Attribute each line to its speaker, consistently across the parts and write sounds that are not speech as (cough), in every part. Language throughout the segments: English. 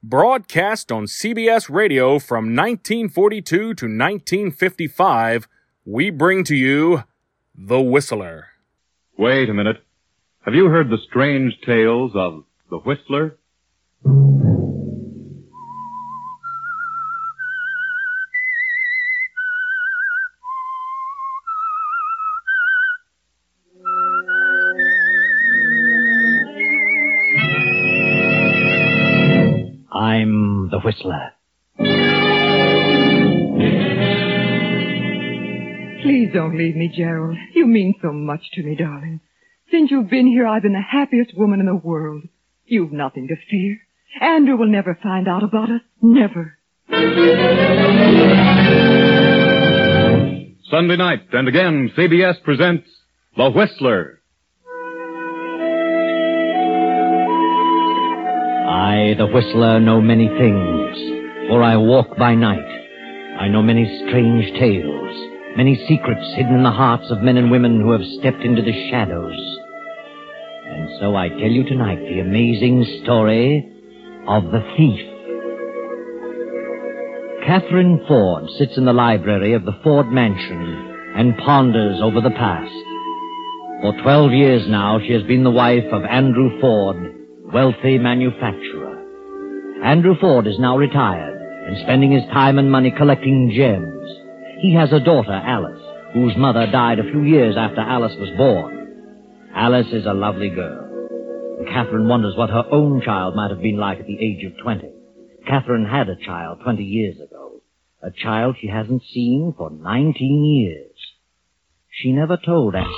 Speaker 1: broadcast on CBS Radio from 1942 to 1955, we bring to you The Whistler.
Speaker 2: Wait a minute. Have you heard the strange tales of the Whistler?
Speaker 3: I'm the Whistler.
Speaker 4: Please don't leave me, Gerald. You mean so much to me, darling. Since you've been here, I've been the happiest woman in the world. You've nothing to fear. Andrew will never find out about us. Never.
Speaker 2: Sunday night, and again, CBS presents The Whistler.
Speaker 3: I, the Whistler, know many things, for I walk by night. I know many strange tales, many secrets hidden in the hearts of men and women who have stepped into the shadows. And so I tell you tonight the amazing story of the thief. Catherine Ford sits in the library of the Ford Mansion and ponders over the past. For 12 years now, she has been the wife of Andrew Ford, wealthy manufacturer. Andrew Ford is now retired and spending his time and money collecting gems. He has a daughter, Alice, whose mother died a few years after Alice was born. Alice is a lovely girl. Catherine wonders what her own child might have been like at the age of 20. Catherine had a child 20 years ago, a child she hasn't seen for 19 years. She never told Alice.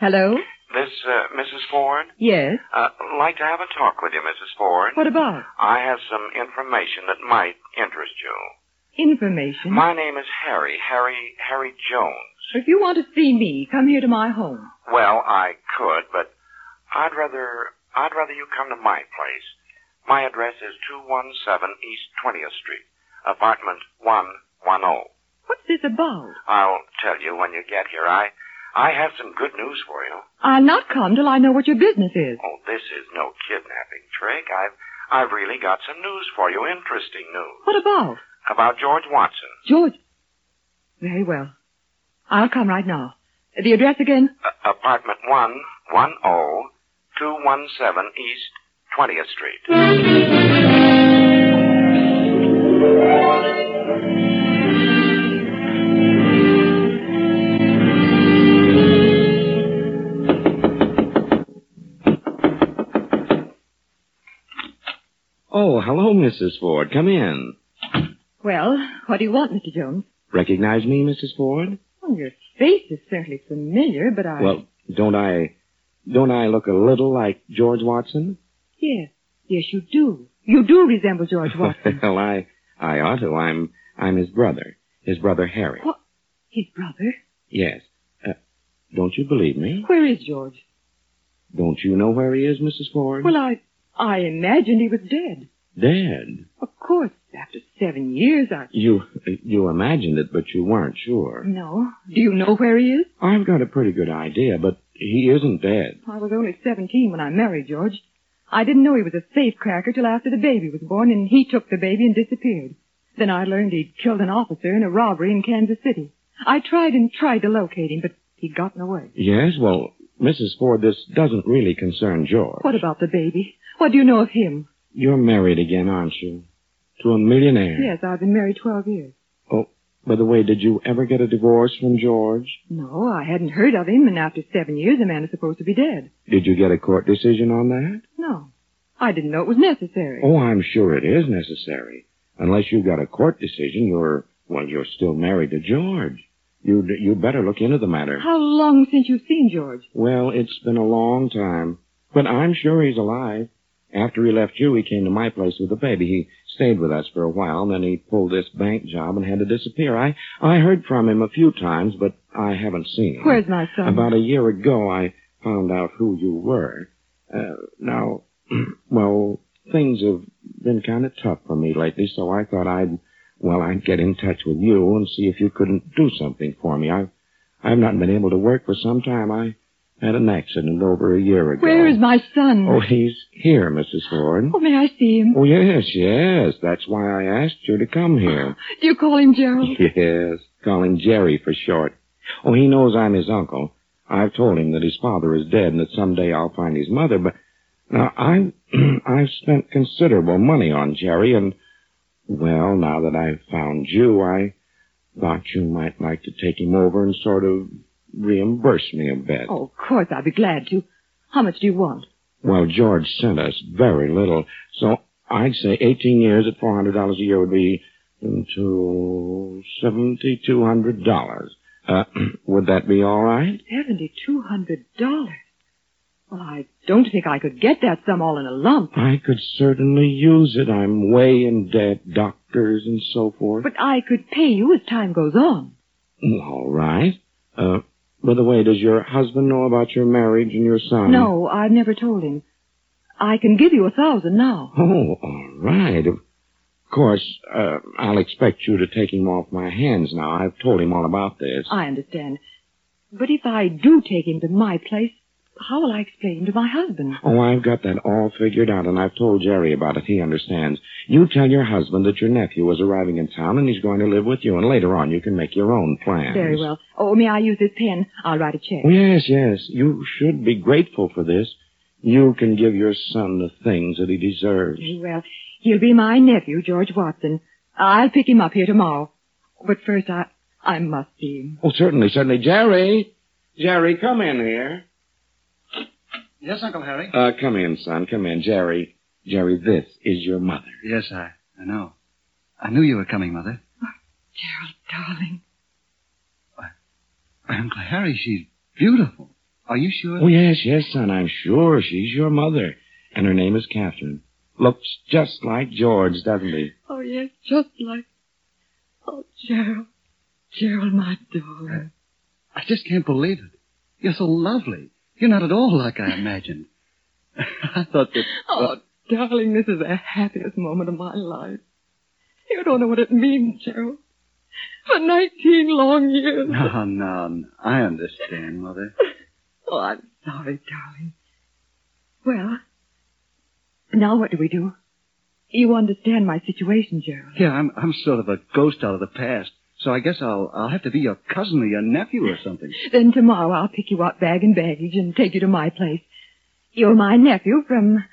Speaker 4: Hello?
Speaker 5: This, uh, Mrs. Ford?
Speaker 4: Yes?
Speaker 5: Uh, like to have a talk with you, Mrs. Ford.
Speaker 4: What about?
Speaker 5: I have some information that might interest you.
Speaker 4: Information.
Speaker 5: My name is Harry, Harry, Harry Jones.
Speaker 4: If you want to see me, come here to my home.
Speaker 5: Well, I could, but I'd rather, I'd rather you come to my place. My address is 217 East 20th Street, apartment 110.
Speaker 4: What's this about?
Speaker 5: I'll tell you when you get here. I, I have some good news for you.
Speaker 4: I'll not come till I know what your business is.
Speaker 5: Oh, this is no kidnapping trick. I've, I've really got some news for you, interesting news.
Speaker 4: What about?
Speaker 5: About George Watson.
Speaker 4: George. Very well. I'll come right now. The address again?
Speaker 5: A- apartment 110, 217 East 20th Street.
Speaker 6: Oh, hello, Mrs. Ford. Come in.
Speaker 4: Well, what do you want, Mr. Jones?
Speaker 6: Recognize me, Mrs. Ford?
Speaker 4: Well, your face is certainly familiar, but I...
Speaker 6: Well, don't I don't I look a little like George Watson?
Speaker 4: Yes. Yes, you do. You do resemble George Watson.
Speaker 6: (laughs) well, I I ought to. I'm I'm his brother. His brother Harry.
Speaker 4: What? His brother?
Speaker 6: Yes. Uh, don't you believe me?
Speaker 4: Where is George?
Speaker 6: Don't you know where he is, Mrs. Ford?
Speaker 4: Well, I, I imagined he was dead.
Speaker 6: Dead.
Speaker 4: Of course, after seven years, I.
Speaker 6: You you imagined it, but you weren't sure.
Speaker 4: No. Do you know where he is?
Speaker 6: I've got a pretty good idea, but he isn't dead.
Speaker 4: I was only seventeen when I married George. I didn't know he was a safecracker till after the baby was born, and he took the baby and disappeared. Then I learned he'd killed an officer in a robbery in Kansas City. I tried and tried to locate him, but he'd gotten away.
Speaker 6: Yes. Well, Mrs. Ford, this doesn't really concern George.
Speaker 4: What about the baby? What do you know of him?
Speaker 6: You're married again, aren't you? To a millionaire.
Speaker 4: Yes, I've been married twelve years.
Speaker 6: Oh, By the way, did you ever get a divorce from George?
Speaker 4: No, I hadn't heard of him, and after seven years, a man is supposed to be dead.
Speaker 6: Did you get a court decision on that?
Speaker 4: No, I didn't know it was necessary.
Speaker 6: Oh, I'm sure it is necessary. Unless you got a court decision, you're, well, you're still married to George. You'd, you better look into the matter.
Speaker 4: How long since you've seen George?
Speaker 6: Well, it's been a long time, but I'm sure he's alive. After he left you, he came to my place with the baby. He stayed with us for a while, and then he pulled this bank job and had to disappear. I, I heard from him a few times, but I haven't seen him.
Speaker 4: Where's my son?
Speaker 6: About a year ago, I found out who you were. Uh, now, (clears throat) well, things have been kind of tough for me lately, so I thought I'd, well, I'd get in touch with you and see if you couldn't do something for me. I've, I've not been able to work for some time. I had an accident over a year ago.
Speaker 4: Where is my son?
Speaker 6: Oh, he's here, Mrs. Ford.
Speaker 4: Oh, may I see him?
Speaker 6: Oh, yes, yes. That's why I asked you to come here.
Speaker 4: Do you call him Gerald?
Speaker 6: Yes, call him Jerry for short. Oh, he knows I'm his uncle. I've told him that his father is dead and that someday I'll find his mother, but now I (clears throat) I've spent considerable money on Jerry and well, now that I've found you, I thought you might like to take him over and sort of reimburse me a bit.
Speaker 4: Oh, of course, I'd be glad to. How much do you want?
Speaker 6: Well, George sent us very little, so I'd say 18 years at $400 a year would be into $7,200. Uh, (clears throat) would that be all right?
Speaker 4: Seventy-two hundred dollars. Well, I don't think I could get that sum all in a lump.
Speaker 6: I could certainly use it. I'm way in debt, doctors and so forth.
Speaker 4: But I could pay you as time goes on.
Speaker 6: all right. Uh, by the way, does your husband know about your marriage and your son?
Speaker 4: No, I've never told him. I can give you a thousand now.
Speaker 6: Oh, all right. Of course, uh, I'll expect you to take him off my hands now. I've told him all about this.
Speaker 4: I understand. But if I do take him to my place, how will I explain to my husband?
Speaker 6: Oh, I've got that all figured out, and I've told Jerry about it. He understands. You tell your husband that your nephew is arriving in town and he's going to live with you, and later on you can make your own plans.
Speaker 4: Very well. Oh, may I use this pen? I'll write a check.
Speaker 6: Oh, yes, yes. You should be grateful for this. You can give your son the things that he deserves.
Speaker 4: Very well. He'll be my nephew, George Watson. I'll pick him up here tomorrow. But first, I, I must see him.
Speaker 6: Oh, certainly, certainly. Jerry! Jerry, come in here.
Speaker 7: Yes, Uncle Harry.
Speaker 6: Uh, come in, son. Come in. Jerry. Jerry, this is your mother.
Speaker 7: Yes, I, I know. I knew you were coming, Mother. (clears throat)
Speaker 4: Gerald, darling.
Speaker 7: Why, Uncle Harry, she's beautiful. Are you sure?
Speaker 6: Oh, yes, yes, son. I'm sure she's your mother. And her name is Catherine. Looks just like George, doesn't he?
Speaker 4: Oh, yes, just like. Oh, Gerald. Gerald, my darling.
Speaker 7: I just can't believe it. You're so lovely. You're not at all like I imagined. (laughs) I thought that.
Speaker 4: Oh, darling, this is the happiest moment of my life. You don't know what it means, Gerald. For 19 long years.
Speaker 7: No, no, no. I understand, Mother.
Speaker 4: Oh, I'm sorry, darling. Well, now what do we do? You understand my situation, Gerald.
Speaker 7: Yeah, I'm, I'm sort of a ghost out of the past. So I guess I'll, I'll have to be your cousin or your nephew or something.
Speaker 4: Then tomorrow I'll pick you up bag and baggage and take you to my place. You're my nephew from,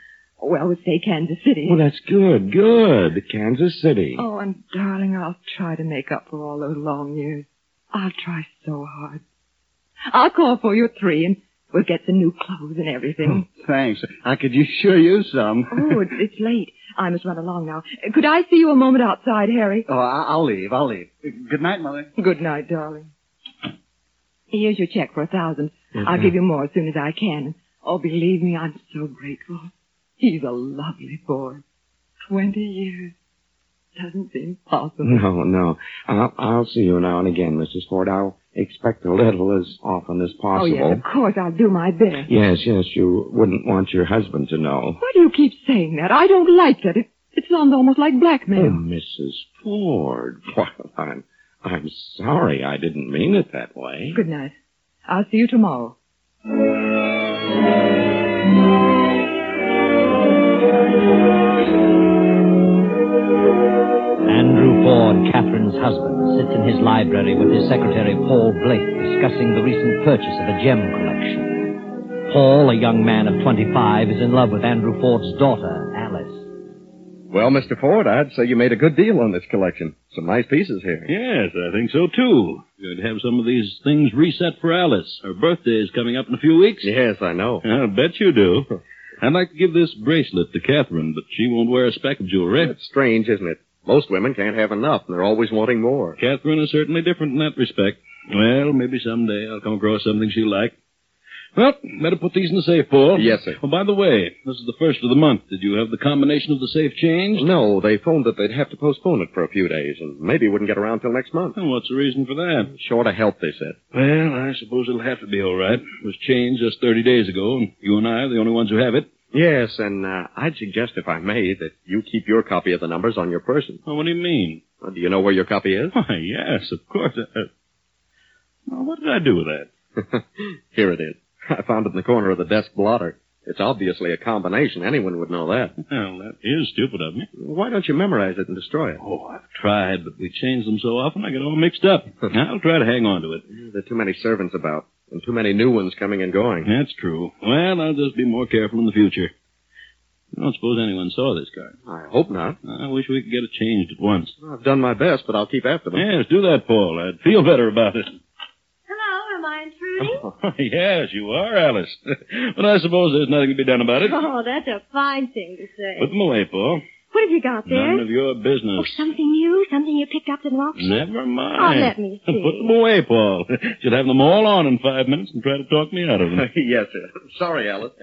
Speaker 4: well, we say Kansas City.
Speaker 6: Well, that's good, good. Kansas City.
Speaker 4: Oh, and darling, I'll try to make up for all those long years. I'll try so hard. I'll call for you at three and we'll get the new clothes and everything.
Speaker 7: Thanks. I could you sure use some.
Speaker 4: (laughs) oh, it's, it's late. I must run along now. Could I see you a moment outside, Harry?
Speaker 7: Oh, I, I'll leave. I'll leave. Good night, Mother.
Speaker 4: Good night, darling. Mm-hmm. Here's your check for a 1000 i I'll give you more as soon as I can. Oh, believe me, I'm so grateful. He's a lovely boy. Twenty years. Doesn't seem possible.
Speaker 6: No, no. I'll, I'll see you now and again, Mrs. Ford. I'll expect a little as often as
Speaker 4: Oh, yes,
Speaker 6: possible.
Speaker 4: of course, I'll do my best.
Speaker 6: yes, yes, you wouldn't want your husband to know.
Speaker 4: Why do you keep saying that? I don't like that. It, it sounds almost like
Speaker 6: Oh,
Speaker 4: blackmail.
Speaker 6: Mrs. Ford. Well, I'm, I'm sorry. I didn't mean it that way.
Speaker 4: Good night. I'll see you tomorrow.
Speaker 3: Andrew Ford, Catherine's husband, sits in his library with his secretary, Paul Blake, discussing the recent purchase of a gem collection. Paul, a young man of 25, is in love with Andrew Ford's daughter, Alice.
Speaker 8: Well, Mr. Ford, I'd say you made a good deal on this collection. Some nice pieces here.
Speaker 9: Yes, I think so too. Good to have some of these things reset for Alice. Her birthday is coming up in a few weeks.
Speaker 8: Yes, I know.
Speaker 9: I bet you do. I'd like to give this bracelet to Catherine, but she won't wear a speck of jewelry.
Speaker 8: It's strange, isn't it? Most women can't have enough, and they're always wanting more.
Speaker 9: Catherine is certainly different in that respect. Well, maybe someday I'll come across something she'll like.
Speaker 10: Well, better put these in the safe, Paul.
Speaker 6: Yes, sir.
Speaker 10: Oh, by the way, this is the first of the month. Did you have the combination of the safe changed?
Speaker 6: No, they phoned that they'd have to postpone it for a few days, and maybe wouldn't get around till next month.
Speaker 10: And what's the reason for that?
Speaker 6: Short of help, they said.
Speaker 10: Well, I suppose it'll have to be all right. It was changed just 30 days ago, and you and I are the only ones who have it.
Speaker 6: Yes, and uh, I'd suggest, if I may, that you keep your copy of the numbers on your person.
Speaker 10: Oh, what do you mean?
Speaker 6: Uh, Do you know where your copy is?
Speaker 10: Why, yes, of course. Uh, uh, well, what did I do with that?
Speaker 6: (laughs) Here it is. I found it in the corner of the desk blotter. It's obviously a combination. Anyone would know that.
Speaker 10: Well, that is stupid of me.
Speaker 6: Why don't you memorize it and destroy it?
Speaker 10: Oh, I've tried, but we change them so often I get all mixed up. (laughs) I'll try to hang on to it.
Speaker 6: There are too many servants about, and too many new ones coming and going.
Speaker 10: That's true. Well, I'll just be more careful in the future. I don't suppose anyone saw this card.
Speaker 6: I hope not.
Speaker 10: I wish we could get it changed at once.
Speaker 6: I've done my best, but I'll keep after them.
Speaker 10: Yes, do that, Paul. I'd feel better about it. (laughs)
Speaker 11: Hello, am I intruding?
Speaker 10: yes, you are, Alice. (laughs) but I suppose there's nothing to be done about it.
Speaker 11: Oh, that's a fine thing to say.
Speaker 10: Put them away, Paul.
Speaker 11: What have you got there?
Speaker 10: None of your
Speaker 11: Oh,
Speaker 10: business.
Speaker 11: something new? Something you picked up at an auction?
Speaker 10: Never mind.
Speaker 11: Oh, let me see.
Speaker 10: Put them away, Paul. (laughs) Should have them all on in five minutes and try to talk me out of them.
Speaker 6: (laughs)
Speaker 10: (laughs)
Speaker 6: yes, sir. Sorry, Alice.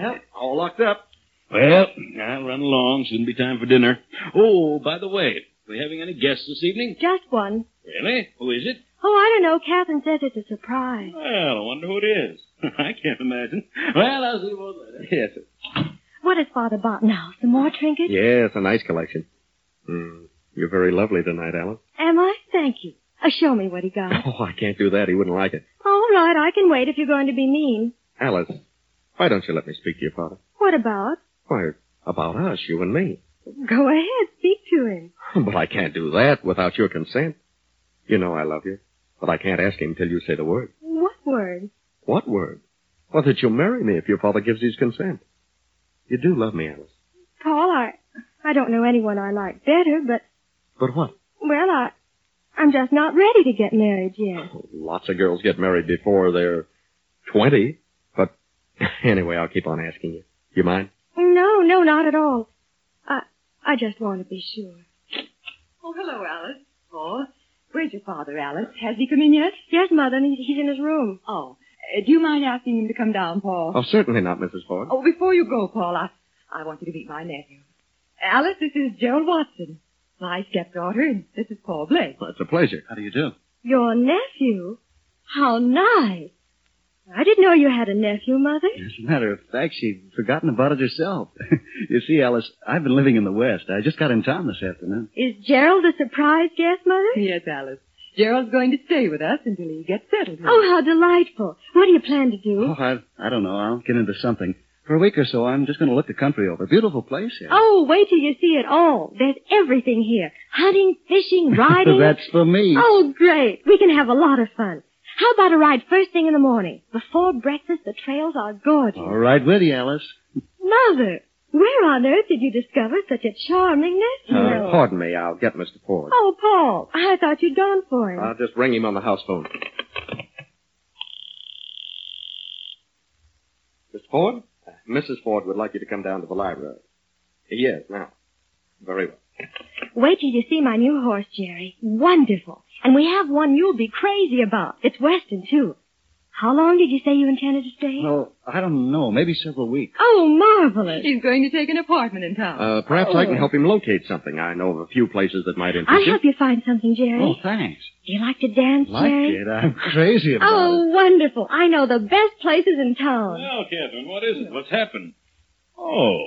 Speaker 6: Well, all locked up.
Speaker 10: well, I'll run along. Shouldn't be time for dinner. Oh, by the way, are we having any guests this evening?
Speaker 11: Just one.
Speaker 10: Really? Who is it?
Speaker 11: Oh, I don't know. Catherine says it's a surprise.
Speaker 10: Well, I wonder who it is. (laughs) I can't imagine. Well, I'll see you both later.
Speaker 6: Yes, sir.
Speaker 11: What has Father bought now? Some more trinkets?
Speaker 6: Yes, a nice collection. Hmm. You're very lovely tonight,
Speaker 10: (laughs)
Speaker 6: Alice.
Speaker 11: Am I? Thank you. Uh, show me what he got.
Speaker 6: Oh, I can't do that. He wouldn't like it.
Speaker 11: All right, I can wait if you're going to be mean.
Speaker 6: Alice, why don't you let me speak to your father?
Speaker 11: What about?
Speaker 6: Why, about us, you and me.
Speaker 11: Go ahead, speak to him.
Speaker 6: Oh, But I can't do that without your consent. You know I love you, but I can't ask him till you say the word.
Speaker 11: What word?
Speaker 6: What word? Well, that you'll marry me if your father gives his consent. You do love me, Alice.
Speaker 11: Paul, I, I don't know anyone I like better, but,
Speaker 6: But what?
Speaker 11: well, I, I'm just not ready to get married yet.
Speaker 6: Lots of girls get married before they're 20. But (laughs) anyway, I'll keep on asking you. You mind?
Speaker 11: No, no, not at all. I, I just want to be sure.
Speaker 4: Oh, hello, Alice. Oh, where's your father, Alice? Has he come in yet?
Speaker 11: Yes, Mother, and he's, he's in his room.
Speaker 4: Oh, uh, do you mind asking him to come down, Paul?
Speaker 6: Oh, certainly not, Mrs. Ford.
Speaker 4: Oh, before you go, Paul, I, I want you to meet my nephew. Alice, this is Gerald Watson, my stepdaughter, and this is Paul Blake.
Speaker 6: Well, Oh, it's a pleasure.
Speaker 10: How do you do?
Speaker 11: Your nephew? How nice. I didn't know you had a nephew, Mother.
Speaker 7: As a matter of fact, she'd forgotten about it herself. (laughs) you see, Alice, I've been living in the West. I just got in town this afternoon.
Speaker 11: Is Gerald a surprise guest, Mother?
Speaker 4: Yes, Alice. Gerald's going to stay with us until he gets settled. here.
Speaker 11: Oh, how delightful. What do you plan to do?
Speaker 7: Oh, I, I don't know. I'll get into something. For a week or so, I'm just going to look the country over. Beautiful place here.
Speaker 11: Oh, wait till you see it all. There's everything here. Hunting, fishing,
Speaker 7: (laughs)
Speaker 11: riding.
Speaker 7: That's for me.
Speaker 11: Oh, great. We can have a lot of fun. How about a ride first thing in the morning? Before breakfast, the trails are gorgeous.
Speaker 7: All right with you, Alice.
Speaker 11: Mother, where on earth did you discover such a charming nephew?
Speaker 6: Uh, pardon me, I'll get Mr. Ford.
Speaker 11: Oh, Paul, I thought you'd gone for
Speaker 7: Uh.
Speaker 11: him.
Speaker 6: I'll just ring him on the house phone. Mr. Ford? Uh, Mrs. Ford would like you to come down to the library. Yes, now. Very well.
Speaker 11: Wait till you see my new horse, Jerry. Wonderful. And we have one you'll be crazy about. It's Western, too. How long did you say you intended to stay?
Speaker 7: Well, I don't know. Maybe several weeks.
Speaker 11: Oh, marvelous.
Speaker 4: He's going to take an apartment in town.
Speaker 6: Uh, perhaps I can help him locate something. I know of a few places that might interest
Speaker 11: I'll
Speaker 6: you.
Speaker 11: help you find something, Jerry.
Speaker 7: Oh, thanks.
Speaker 11: Do you like to dance,
Speaker 7: Like
Speaker 11: Jerry?
Speaker 7: it. I'm crazy about it.
Speaker 11: Oh, wonderful. I know the best places in town.
Speaker 10: Well, Catherine, what is it? What's happened? Oh,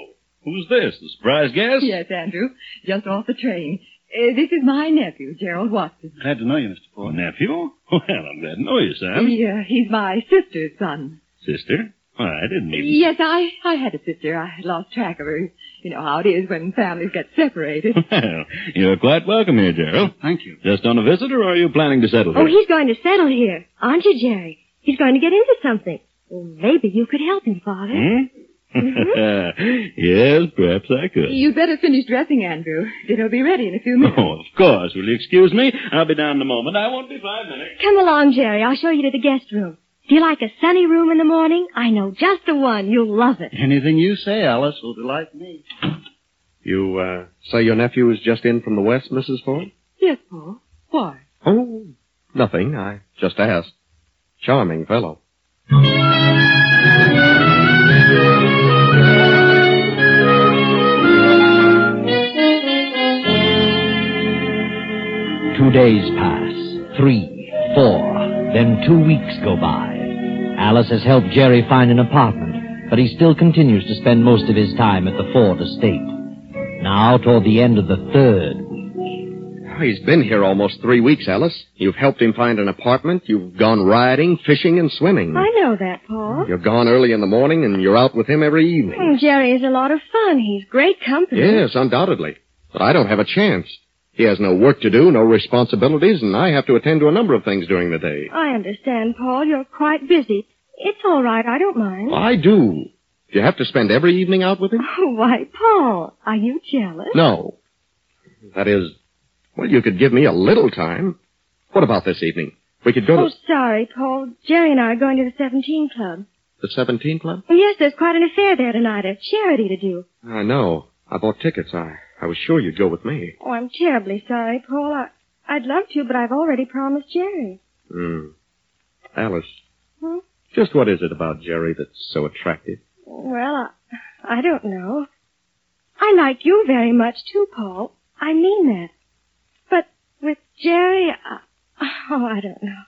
Speaker 10: who's this? The surprise guest?
Speaker 4: (laughs) yes, Andrew, just off the train. Uh, this is my nephew, Gerald Watson.
Speaker 7: Glad to know you, Mr.
Speaker 10: Oh,
Speaker 7: Ford.
Speaker 10: nephew? (laughs) Well, I'm glad to know you, son.
Speaker 4: He, uh, he's my sister's son.
Speaker 10: Sister? Why, I didn't even...
Speaker 4: Yes, I, I had a sister. I lost track of her. You know how it is when families get separated.
Speaker 10: (laughs) Well, you're quite welcome here, Gerald.
Speaker 7: Thank you.
Speaker 10: Just on a visit, or are you planning to settle
Speaker 11: Oh,
Speaker 10: here?
Speaker 11: he's going to settle here, aren't you, Jerry? He's going to get into something. Well, maybe you could help him, Father.
Speaker 10: Hmm?
Speaker 11: Mm-hmm.
Speaker 6: (laughs)
Speaker 10: yes, perhaps I could.
Speaker 11: (laughs)
Speaker 4: You'd better finish dressing, Andrew. Dinner'll be ready in a few minutes.
Speaker 10: Oh, of course. Will you excuse me? I'll be down in a moment. I won't be five minutes.
Speaker 11: Come along, Jerry. I'll show you to the guest room. Do you like a sunny room in the morning? I know just the one. You'll love it.
Speaker 7: Anything you say, Alice, will delight me.
Speaker 6: You, uh, say your nephew is just in from the West, Mrs. Ford?
Speaker 4: Yes, Paul. Why?
Speaker 6: Oh, Nothing. I just asked. Charming fellow.
Speaker 3: Two days pass. Three, four, then two weeks go by. Alice has helped Jerry find an apartment, but he still continues to spend most of his time at the Ford estate. Now, toward the end of the third
Speaker 6: He's been here almost three weeks, Alice. You've helped him find an apartment. You've gone riding, fishing, and swimming.
Speaker 11: I know that, Paul.
Speaker 6: You're gone early in the morning, and you're out with him every evening.
Speaker 11: Mm, Jerry is a lot of fun. He's great company.
Speaker 6: Yes, undoubtedly. But I don't have a chance. He has no work to do, no responsibilities, and I have to attend to a number of things during the day.
Speaker 11: I understand, Paul. You're quite busy. It's all right. I don't mind. (laughs)
Speaker 6: I do. Do you have to spend every evening out with him?
Speaker 11: Oh, why, Paul, are you jealous?
Speaker 6: No. That is, well, you could give me a little time. What about this evening? We could go
Speaker 11: Oh,
Speaker 6: to
Speaker 11: sorry, Paul. Jerry and I are going to the 17 Club.
Speaker 6: the 17 Club?
Speaker 11: Yes, there's quite an affair there tonight, a charity to do.
Speaker 6: I know. I bought tickets. I, I was sure you'd go with me.
Speaker 11: Oh, I'm terribly sorry, Paul. I, I'd love to, but I've already promised Jerry.
Speaker 6: Hmm. Alice,
Speaker 11: Hmm?
Speaker 6: just what is it about Jerry that's so attractive?
Speaker 11: Well, I, I don't know. I like you very much, too, Paul. I mean that. But with Jerry, I, oh, I don't know.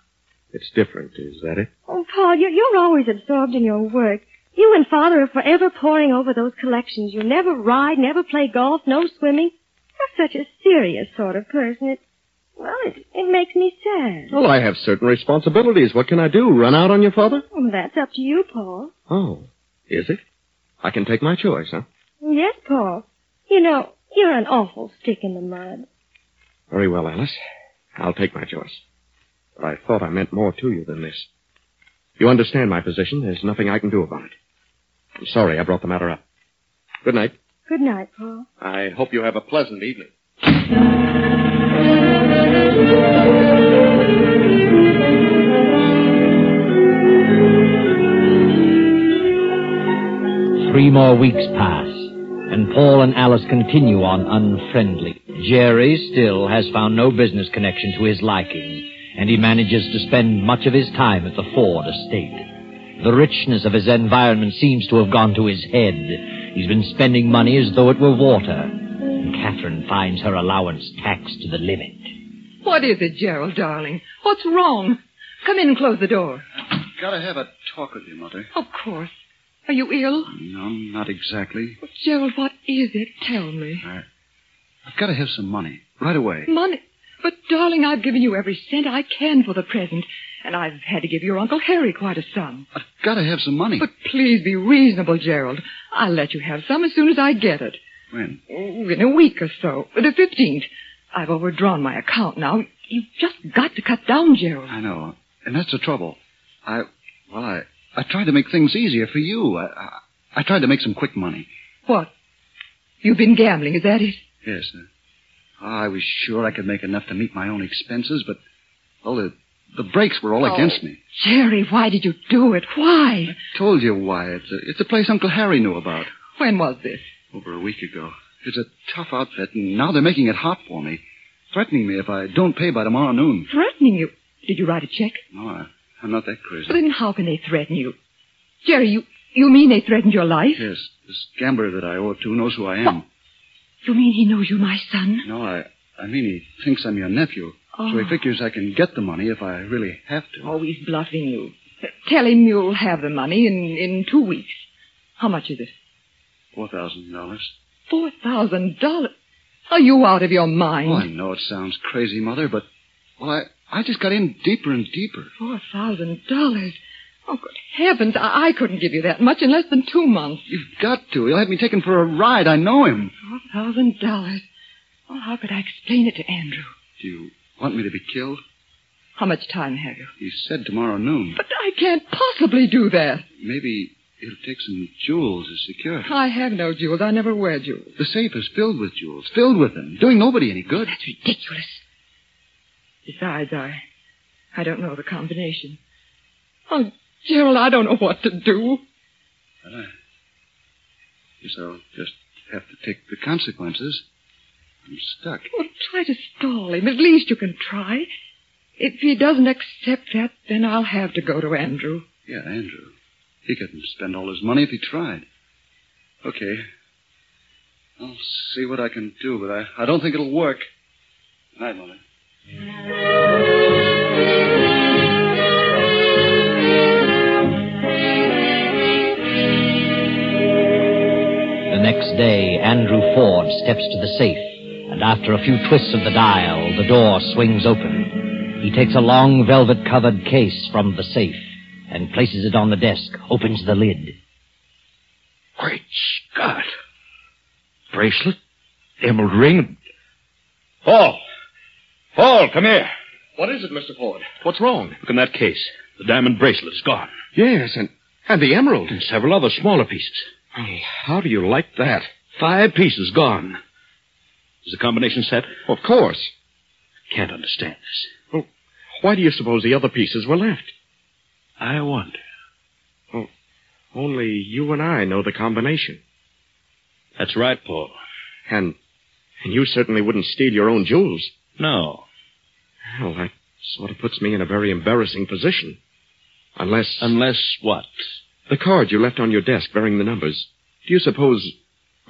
Speaker 6: It's different, is that it?
Speaker 11: Oh, Paul, you, you're always absorbed in your work. You and Father are forever poring over those collections. You never ride, never play golf, no swimming. You're such a serious sort of person. It, well, it, it makes me sad.
Speaker 6: Well, I have certain responsibilities. What can I do? Run out on your father?
Speaker 11: Well, Oh, that's up to you, Paul.
Speaker 6: Oh, is it? I can take my choice, huh?
Speaker 11: Yes, Paul. You know, you're an awful stick in the mud.
Speaker 6: Very well, Alice. I'll take my choice. But I thought I meant more to you than this. You understand my position. There's nothing I can do about it. I'm sorry I brought the matter up. Good night.
Speaker 11: Good night, Paul.
Speaker 6: I hope you have a pleasant evening.
Speaker 3: Three more weeks pass, and Paul and Alice continue on unfriendly. Jerry still has found no business connection to his liking, and he manages to spend much of his time at the Ford estate. The richness of his environment seems to have gone to his head. He's been spending money as though it were water, and Catherine finds her allowance taxed to the limit.
Speaker 4: What is it, Gerald, darling? What's wrong? Come in and close the door.
Speaker 7: Gotta have a talk with you, Mother.
Speaker 4: Of course. Are you ill?
Speaker 7: No, not exactly.
Speaker 4: Gerald, what is it? Tell me.
Speaker 7: I, I've gotta have some money. Right away.
Speaker 4: Money. But, darling, I've given you every cent I can for the present, and I've had to give your Uncle Harry quite a sum.
Speaker 7: Gotta have some money.
Speaker 4: But please be reasonable, Gerald. I'll let you have some as soon as I get it.
Speaker 7: When?
Speaker 4: Oh, in a week or so. The 15th. I've overdrawn my account now. You've just got to cut down, Gerald.
Speaker 7: I know. And that's the trouble. I, well, I, I tried to make things easier for you. I, I, I tried to make some quick money.
Speaker 4: What? You've been gambling, is that it?
Speaker 7: Yes, sir. Ah, I was sure I could make enough to meet my own expenses, but, well, the, the breaks were all
Speaker 4: Oh.
Speaker 7: against me.
Speaker 4: Jerry, why did you do it? Why?
Speaker 7: Told you why. It's a, it's a place Uncle Harry knew about
Speaker 4: When was this?
Speaker 7: over a week ago. It's a tough outfit, and now they're making it hot for me, threatening me if I don't pay by tomorrow noon.
Speaker 4: Threatening you. Did you write a check?
Speaker 7: No, I, I'm not that crazy.
Speaker 4: Then how can they threaten you? Jerry, you, you mean they threatened your life?
Speaker 7: Yes, this gambler that I owe it to knows who I am.
Speaker 4: You mean he knows you're my son?
Speaker 7: No, I, I mean he thinks I'm your nephew, so he
Speaker 4: Oh.
Speaker 7: figures I can get the money if I really have to.
Speaker 4: Oh, he's bluffing you. Tell him you'll have the money in, in two weeks. How much is it?
Speaker 7: Four thousand dollars.
Speaker 4: Four thousand dollars. Are you out of your
Speaker 7: Oh, I
Speaker 4: mind?
Speaker 7: know it sounds crazy, Mother, but well, I, I just got in deeper and deeper.
Speaker 4: Four thousand dollars. Oh, good heavens! I, I couldn't give you that much in less than two months.
Speaker 7: You've got to. He'll have me taken for a ride. I know him.
Speaker 4: Four thousand dollars. Well, how could I explain it to Andrew?
Speaker 7: Do you want me to be killed?
Speaker 4: How much time have you?
Speaker 7: He said tomorrow noon.
Speaker 4: But I can't possibly do that.
Speaker 7: Maybe he'll take some jewels as security.
Speaker 4: I have no jewels. I never wear jewels.
Speaker 7: The safe is filled with jewels, filled with them, doing nobody any good.
Speaker 4: That's ridiculous. Besides, I, I don't know the combination. Oh, Gerald, I don't know what to do.
Speaker 7: Well, I guess I'll just have to take the consequences. I'm stuck.
Speaker 4: Well, try to stall him. At least you can try. If he doesn't accept that, then I'll have to go to Andrew.
Speaker 7: Yeah, Andrew. He could spend all his money if he tried. Okay. I'll see what I can do, but I, I don't think it'll work. Night, Mother.
Speaker 3: The next day, Andrew Ford steps to the safe, and after a few twists of the dial, the door swings open. He takes a long velvet covered case from the safe and places it on the desk, opens the lid.
Speaker 10: Great Scott. Bracelet, emerald ring. Paul! Paul, come here.
Speaker 6: What is it, Mr. Ford?
Speaker 10: What's wrong? Look in that case. The diamond bracelet is gone.
Speaker 6: Yes, and, and the emerald.
Speaker 10: And several other smaller pieces.
Speaker 6: How do you like that?
Speaker 10: Five pieces gone. Is the combination set?
Speaker 6: Of course.
Speaker 10: Can't understand this.
Speaker 6: Well, why do you suppose the other pieces were left?
Speaker 10: I wonder.
Speaker 6: Well, only you and I know the combination.
Speaker 10: That's right, Paul.
Speaker 6: And, and you certainly wouldn't steal your own jewels.
Speaker 10: No.
Speaker 6: Well, that sort of puts me in a very embarrassing position. Unless.
Speaker 10: Unless what?
Speaker 6: The card you left on your desk bearing the numbers. Do you suppose,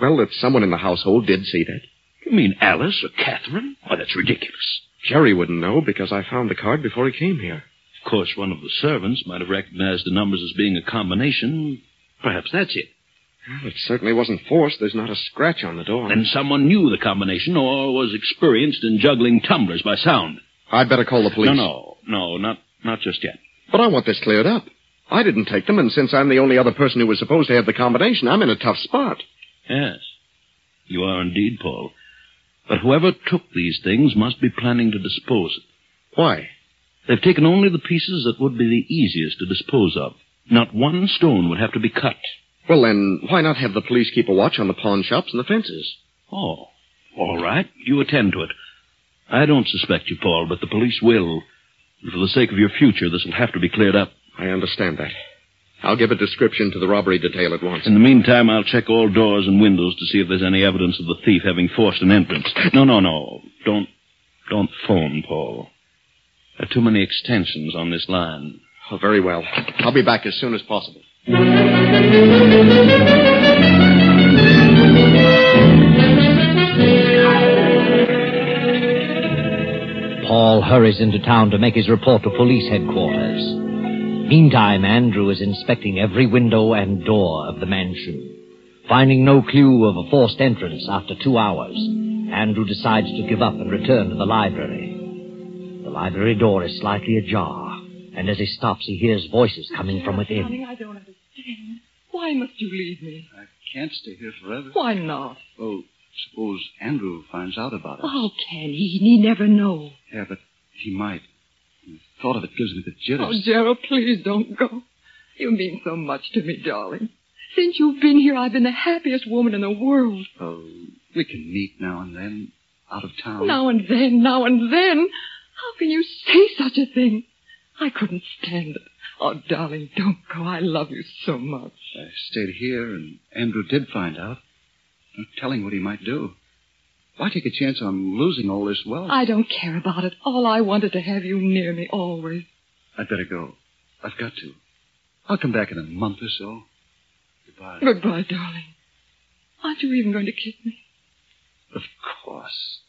Speaker 6: well, that someone in the household did see that?
Speaker 10: You mean Alice or Catherine? Why, that's ridiculous.
Speaker 6: Jerry wouldn't know because I found the card before he came here.
Speaker 10: Of course, one of the servants might have recognized the numbers as being a combination. Perhaps that's it.
Speaker 6: Well, it certainly wasn't forced. There's not a scratch on the door.
Speaker 10: Then someone knew the combination or was experienced in juggling tumblers by sound.
Speaker 6: I'd better call the police.
Speaker 10: No, no, no, not, not just yet.
Speaker 6: But I want this cleared up. I didn't take them, and since I'm the only other person who was supposed to have the combination, I'm in a tough spot.
Speaker 10: Yes. You are indeed, Paul. But whoever took these things must be planning to dispose of them.
Speaker 6: Why?
Speaker 10: They've taken only the pieces that would be the easiest to dispose of. Not one stone would have to be cut.
Speaker 6: Well, then, why not have the police keep a watch on the pawn shops and the fences?
Speaker 10: Oh. All right. You attend to it. I don't suspect you, Paul, but the police will. And for the sake of your future, this will have to be cleared up.
Speaker 6: I understand that. I'll give a description to the robbery detail at once.
Speaker 10: In the meantime, I'll check all doors and windows to see if there's any evidence of the thief having forced an entrance. No, no, no. Don't, don't phone, Paul. There are too many extensions on this line.
Speaker 6: Oh, very well. I'll be back as soon as possible.
Speaker 3: Paul hurries into town to make his report to police headquarters. Meantime, Andrew is inspecting every window and door of the mansion. Finding no clue of a forced entrance after two hours, Andrew decides to give up and return to the library. The library door is slightly ajar, and as he stops, he hears voices coming from within.
Speaker 4: Darling, I don't understand. Why must you leave me?
Speaker 7: I can't stay here forever.
Speaker 4: Why not?
Speaker 7: Oh, suppose Andrew finds out about it.
Speaker 4: How can he? He never know.
Speaker 7: Yeah, but he might. The thought of it gives me the
Speaker 4: Oh,
Speaker 7: jitters.
Speaker 4: Gerald, please don't go. You mean so much to me, darling. Since you've been here, I've been the happiest woman in the world.
Speaker 7: Oh, we can meet now and then, out of town.
Speaker 4: Now and then, now and then. How can you say such a thing? I couldn't stand it. Oh, darling, don't go. I love you so much.
Speaker 7: I stayed here, and Andrew did find out. No telling what he might do. Why take a chance on losing all this wealth?
Speaker 4: I don't care about it. All I wanted to have you near me always.
Speaker 7: I'd better go. I've got to. I'll come back in a month or so. Goodbye.
Speaker 4: Goodbye, darling. Aren't you even going to kiss me?
Speaker 7: Of course.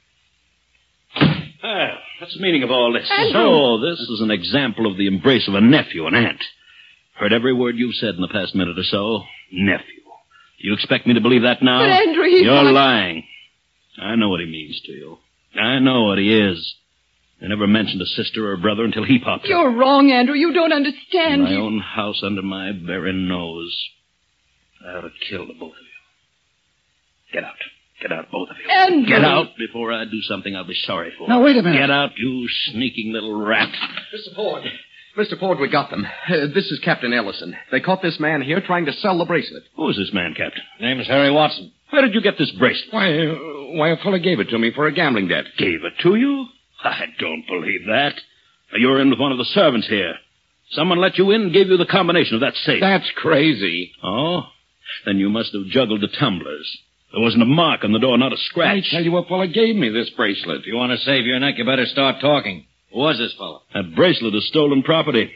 Speaker 10: Ah, what's the meaning of all this?
Speaker 4: Andrew!
Speaker 10: So, this is an example of the embrace of a nephew and aunt. Heard every word you've said in the past minute or so. Nephew. You expect me to believe that now?
Speaker 4: But Andrew,
Speaker 10: (laughs)
Speaker 4: he's
Speaker 10: You're
Speaker 4: not-
Speaker 10: lying. I know what he means to you. I know what he is. They never mentioned a sister or a brother until he popped up.
Speaker 4: You're wrong, Andrew. You don't
Speaker 10: In
Speaker 4: understand.
Speaker 10: my
Speaker 4: You-
Speaker 10: own house under my very nose. I ought to kill the both of you. Get out. Get out, both of you.
Speaker 4: Andrew!
Speaker 10: Get out before I do something I'll be sorry for.
Speaker 7: Now, wait a minute.
Speaker 10: Get out, you sneaking little rat.
Speaker 6: Mr. Ford. Mr. Ford, we got them. Uh, this is Captain Ellison. They caught this man here trying to sell the bracelet.
Speaker 10: Who is this man, Captain?
Speaker 12: Name's Harry Watson.
Speaker 10: Where did you get this bracelet?
Speaker 6: Why, uh, why, a fellow gave it to me for a gambling debt.
Speaker 10: Gave it to you? (laughs) I don't believe that. You're in with one of the servants here. Someone let you in and gave you the combination of that safe.
Speaker 6: That's crazy.
Speaker 10: Oh? Then you must have juggled the tumblers. There wasn't a mark on the door, not a scratch.
Speaker 6: I tell you, a fellow gave me this bracelet.
Speaker 12: If you want to save your neck, you better start talking.
Speaker 13: Who was this fellow?
Speaker 10: That bracelet is stolen property.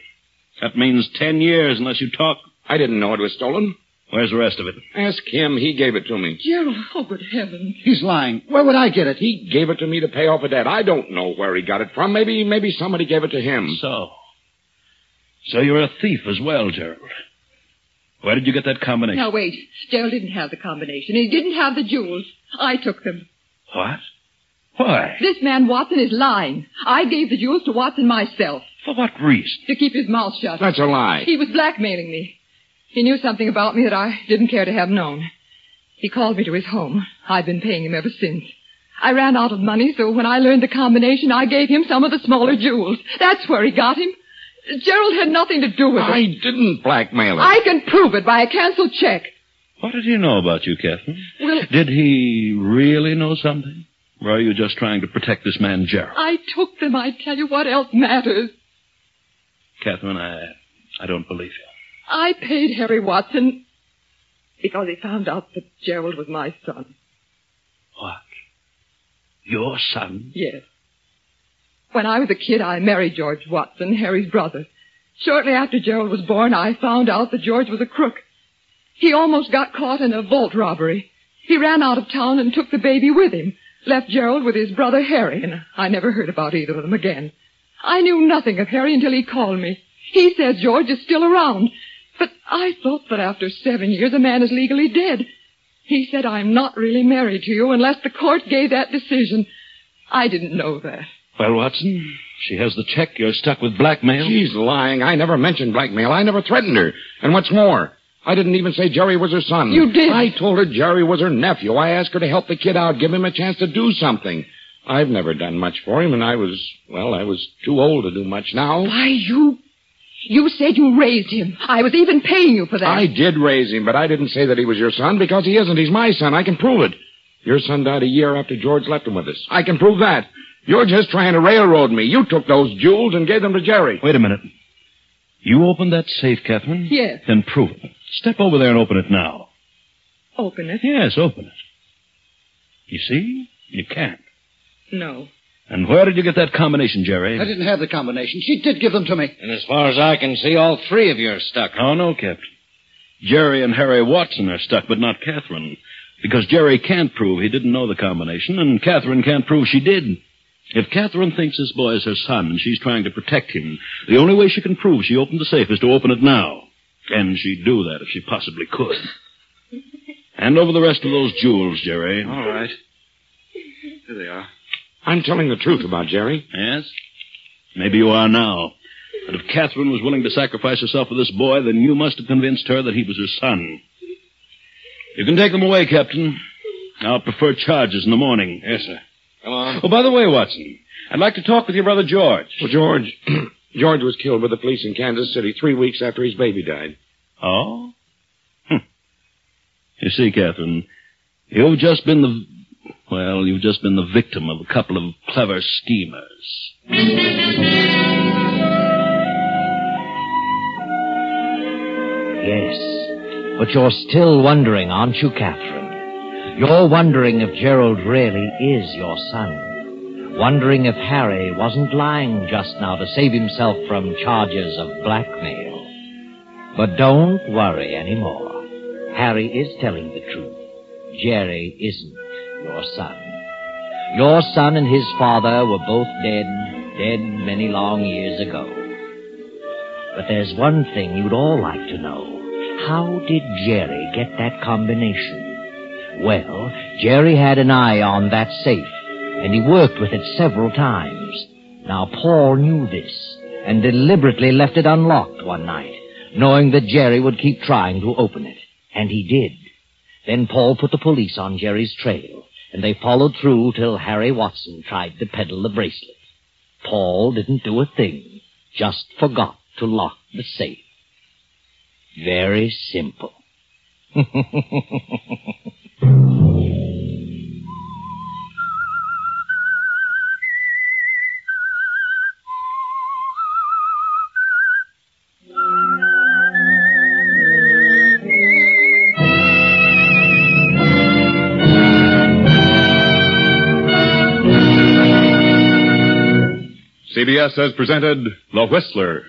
Speaker 10: That means ten years unless you talk.
Speaker 6: I didn't know it was stolen.
Speaker 10: Where's the rest of it?
Speaker 6: Ask him. He gave it to me.
Speaker 4: Gerald, oh, good heavens.
Speaker 6: He's lying. Where would I get it? He gave it to me to pay off a debt. I don't know where he got it from. Maybe, maybe somebody gave it to him.
Speaker 10: Hmm. So, So you're a thief as well, Gerald. Where did you get that combination?
Speaker 4: Now, wait. Gerald didn't have the combination. He didn't have the jewels. I took them.
Speaker 10: What? Why?
Speaker 4: This man Watson is lying. I gave the jewels to Watson myself
Speaker 10: For what reason?
Speaker 4: to keep his mouth shut.
Speaker 6: That's a lie.
Speaker 4: He was blackmailing me. He knew something about me that I didn't care to have known. He called me to his home. I've been paying him ever since. I ran out of money, so when I learned the combination, I gave him some of the smaller jewels. That's where he got him. Gerald had nothing to do with
Speaker 6: I
Speaker 4: it.
Speaker 6: didn't blackmail him.
Speaker 4: I can prove it by a canceled check.
Speaker 10: What did he know about you, Catherine?
Speaker 4: Well,
Speaker 10: Did he really know something? Or are you just trying to protect this man, Gerald?
Speaker 4: I took them. I tell you what else matters.
Speaker 10: Catherine, I, I don't believe you.
Speaker 4: I paid Harry Watson because he found out that Gerald was my son.
Speaker 10: What? Your son?
Speaker 4: Yes. When I was a kid, I married George Watson, Harry's brother. Shortly after Gerald was born, I found out that George was a crook. He almost got caught in a vault robbery. He ran out of town and took the baby with him, left Gerald with his brother Harry, and I never heard about either of them again. I knew nothing of Harry until he called me. He says George is still around. But I thought that after seven years a man is legally dead. He said, I'm not really married to you unless the court gave that decision. I didn't know that.
Speaker 10: Well, Watson, she has the check. You're stuck with blackmail.
Speaker 6: She's lying. I never mentioned blackmail. I never threatened her. And what's more, I didn't even say Jerry was her son.
Speaker 4: You did.
Speaker 6: I told her Jerry was her nephew. I asked her to help the kid out, give him a chance to do something. I've never done much for him, and I was, well, I was too old to do much now.
Speaker 4: Why, you. You said you raised him. I was even paying you for that.
Speaker 6: I did raise him, but I didn't say that he was your son because he isn't. He's my son. I can prove it. Your son died a year after George left him with us. I can prove that. You're just trying to railroad me. You took those jewels and gave them to Jerry.
Speaker 10: Wait a minute. You opened that safe, Catherine?
Speaker 4: Yes.
Speaker 10: Then prove it. Step over there and open it now.
Speaker 4: Open it.
Speaker 10: Yes, open it. You see? You can't.
Speaker 4: No.
Speaker 10: And where did you get that combination, Jerry?
Speaker 7: I didn't have the combination. She did give them to me.
Speaker 13: And as far as I can see, all three of you are stuck.
Speaker 10: Oh, no, Captain. Jerry and Harry Watson are stuck, but not Catherine. Because Jerry can't prove he didn't know the combination, and Catherine can't prove she did. If Catherine thinks this boy is her son and she's trying to protect him, the only way she can prove she opened the safe is to open it now. And she'd do that if she possibly could. Hand over the rest of those jewels, Jerry.
Speaker 7: All right.
Speaker 10: Here they are.
Speaker 6: I'm telling the truth about Jerry.
Speaker 10: Yes? Maybe you are now. But if Catherine was willing to sacrifice herself for this boy, then you must have convinced her that he was her son. You can take them away, Captain. I'll prefer charges in the morning. Yes, sir.
Speaker 13: Come on.
Speaker 10: Oh, by the way, Watson, I'd like to talk with your brother George.
Speaker 6: Well, George, (clears throat) George was killed by the police in Kansas City three weeks after his baby died.
Speaker 10: Oh? Hmm. You see, Catherine, you've just been the. Well, you've just been the victim of a couple of clever schemers.
Speaker 3: Yes. But you're still wondering, aren't you, Catherine? You're wondering if Gerald really is your son. Wondering if Harry wasn't lying just now to save himself from charges of blackmail. But don't worry anymore. Harry is telling the truth. Jerry isn't your son. Your son and his father were both dead, dead many long years ago. But there's one thing you'd all like to know. How did Jerry get that combination? Well, Jerry had an eye on that safe, and he worked with it several times. Now, Paul knew this, and deliberately left it unlocked one night, knowing that Jerry would keep trying to open it. And he did. Then Paul put the police on Jerry's trail, and they followed through till Harry Watson tried to peddle the bracelet. Paul didn't do a thing, just forgot to lock the safe. Very simple.
Speaker 2: See
Speaker 10: CBS has presented The Whistler.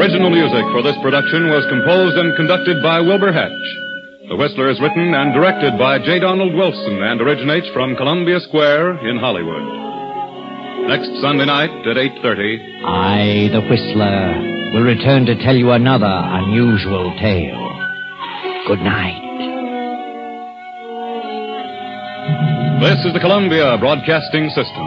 Speaker 10: Original music for this production was composed and conducted by Wilbur Hatch. The Whistler is written and directed by J. Donald Wilson and originates from Columbia Square in Hollywood. Next Sunday night at 8.30,
Speaker 3: I, the Whistler, will return to tell you another unusual tale. Good night.
Speaker 10: this is the Columbia Broadcasting System.